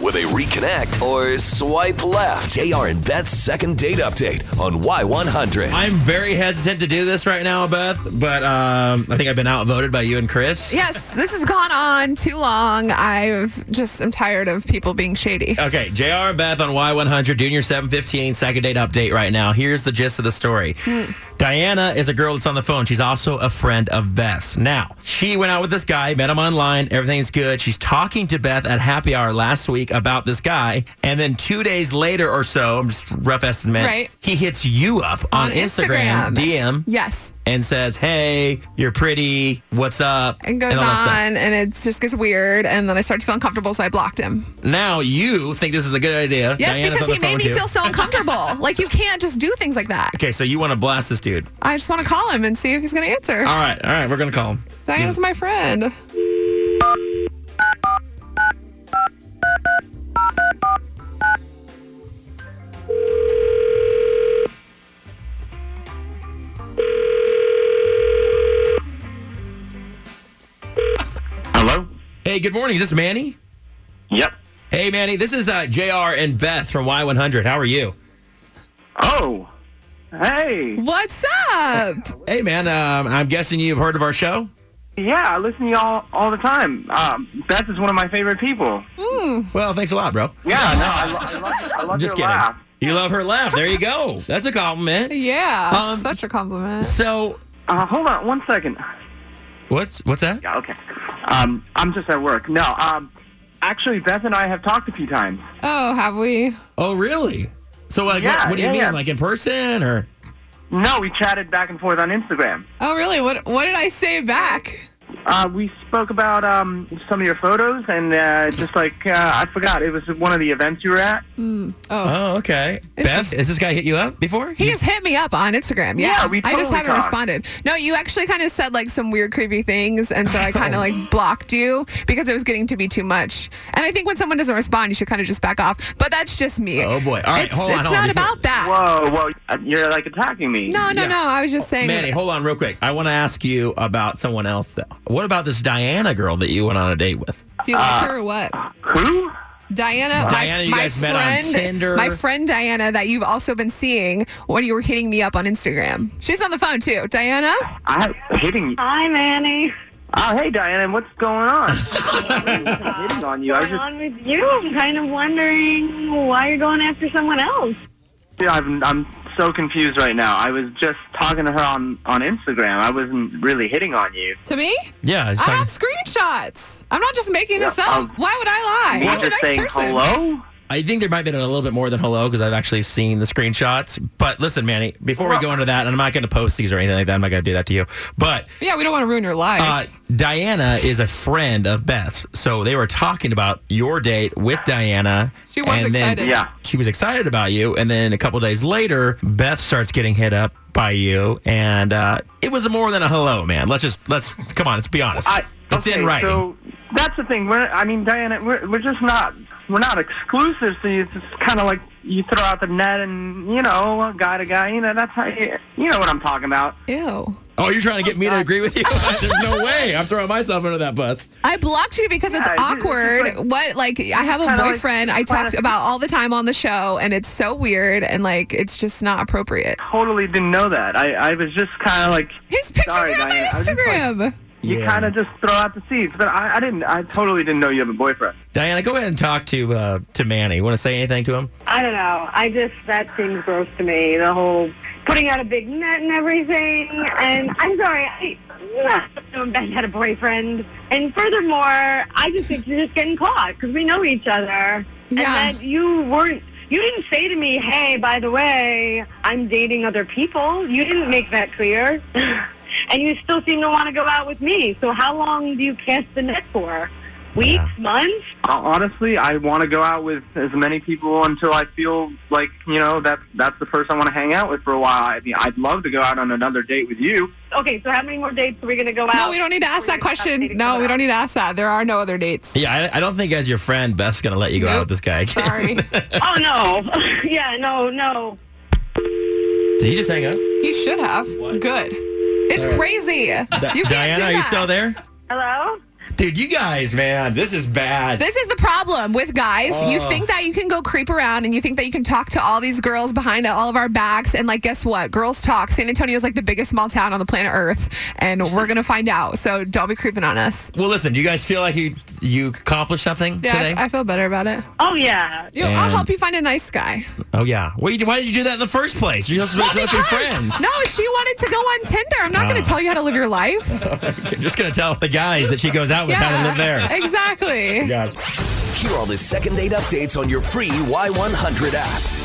where they reconnect or swipe left. JR and Beth's second date update on Y100. I'm very hesitant to do this right now, Beth, but um, I think I've been outvoted by you and Chris. Yes, this has gone on too long. I've just am tired of people being shady. Okay, JR and Beth on Y100, Junior 715, second date update right now. Here's the gist of the story. Hmm. Diana is a girl that's on the phone. She's also a friend of Beth's. Now, she went out with this guy, met him online, everything's good. She's talking to Beth at happy hour last week about this guy. And then two days later or so, I'm just rough estimate, Right. he hits you up on, On Instagram. DM, Yes, and says, Hey, you're pretty. What's up? and goes all that stuff. on, and it just gets weird. And then I started to feel uncomfortable, so I blocked him. Now you think this is a good idea. Yes, Diana's on because the he made phone me too. feel so uncomfortable. like you can't just do things like that. Okay, so you want to blast this dude. I just want to call him and see if he's going to answer. All right, all right, we're going to call him. Diana's my friend. Hello? Hey, good morning. Is this Manny? Yep. Hey, Manny, this is uh, JR and Beth from Y100. How are you? Oh. Hey. What's up? Hey, man, um, I'm guessing you've heard of our show? Yeah, I listen to y'all all the time. Um, Beth is one of my favorite people. Well, thanks a lot, bro. Yeah, no, I, lo- I love, I love Just your kidding. laugh. You love her laugh. There you go. That's a compliment. Yeah, Um, such a compliment. So, Uh, hold on one second. what's what's that? Yeah, okay. Um, I'm just at work. No, um, actually, Beth and I have talked a few times. Oh, have we? Oh, really? So, like, Yeah, what, what do you yeah, mean? yeah. Like in person or? No, we chatted back and forth on Instagram. Oh, really? What What did I say back? Uh, we spoke about um, some of your photos and uh, just like, uh, I forgot, it was one of the events you were at. Oh, okay. Beth, Interesting. has this guy hit you up before? He has hit me up on Instagram. Yeah, Yeah, we I just totally haven't talked. responded. No, you actually kind of said like some weird, creepy things, and so I kind Oh. of like blocked you because it was getting to be too much. And I think when someone doesn't respond, you should kind of just back off. But that's just me. Oh, boy. All right, it's, hold on, It's hold on, not before- about that. Whoa, whoa, you're like attacking me. No, no, Yeah. no. I was just saying. that- Manny, hold on real quick. I want to ask you about someone else, though. What about this Diana girl that you went on a date with? Do you uh, like her or what? Who? Diana, my, Diana, you my guys met friend, on Tinder. my friend Diana, that you've also been seeing when you were hitting me up on Instagram. She's on the phone too. Diana, I hitting. Hi, Manny. Oh, hey, Diana, what's going on? hitting on you. I was What's going just. on with you? I'm kind of wondering why you're going after someone else. Yeah, I'm, I'm so confused right now. I was just talking to her on on Instagram. I wasn't really hitting on you. to me, Yeah, I have screenshots. I'm not just making this Yeah, up. um, Why would I lie? Me I'm a just nice saying person. hello. I think there might have been a little bit more than hello because I've actually seen the screenshots. But listen, Manny, before we go into that, and I'm not going to post these or anything like that, I'm not going to do that to you. But Yeah, we don't want to ruin your life. uh, Diana is a friend of Beth's. So they were talking about your date with Diana. She was and then excited. Yeah. She was excited about you. And then a couple days later, Beth starts getting hit up by you. And uh, it was more than a hello, man. Let's just, let's, come on, let's be honest. I, it's okay, in writing. So that's the thing. We're, I mean, Diana, we're, we're just not we're not exclusive. So it's just kind of like you throw out the net and you know, guy to guy. You know, that's how you you know what I'm talking about. Ew. oh, you're trying to get me to agree with you? There's no way. I'm throwing myself under that bus. I blocked you because it's Yeah, it's- it's awkward. like- what like I have a Kinda like- boyfriend I kinda- talked about all the time on the show, and it's so weird and like it's just not appropriate. Totally didn't know that. I I was just kind of like His pictures are Sorry, on my Diana. I was just, like, Instagram. you Yeah. kind of just throw out the seeds. But I, I didn't. I totally didn't know you have a boyfriend. Diana, go ahead and talk to uh, to Manny. You want to say anything to him? I don't know. I just, that seems gross to me. The whole putting out a big net and everything. And I'm sorry, I, I've Ben had a boyfriend. And furthermore, I just think you're just getting caught because we know each other. Yeah. And that you weren't, you didn't say to me, hey, by the way, I'm dating other people. You didn't make that clear. and you still seem to want to go out with me. So how long do you cast the net for? Weeks, months? Hon- Honestly, I want to go out with as many people until I feel like you know that that's the person I want to hang out with for a while. I mean, I'd love to go out on another date with you. Okay, so how many more dates are we going to go out? No, we don't need to ask that question. No, we don't need to ask that. There are no other dates. Yeah, I, I don't think as your friend, Beth's going to let you go out with Nope. this guy. Did Sorry. Oh no! yeah, no, no. you just hang up? he should have. Good. It's crazy. you can't Diana, do that. are you still there? Hello. Dude, you guys, man, this is bad. This is the problem with guys. Uh. you think that you can go creep around and you think that you can talk to all these girls behind all of our backs. And, like, guess what? Girls talk. San Antonio is like the biggest small town on the planet Earth. And we're going to find out. So don't be creeping on us. well, listen, do you guys feel like you you accomplished something Yeah, today? I, I feel better about it. Oh yeah. You know, I'll And- help you find a nice guy. oh, yeah. Why, you- why did you do that in the first place? You're supposed to be looking friends. Uh. No, she wanted to go on Tinder. I'm not going to tell you how to live your life. You're just going to tell the guys that she goes out with how to live theirs. Exactly. God. Hear all the second date updates on your free Y100 app.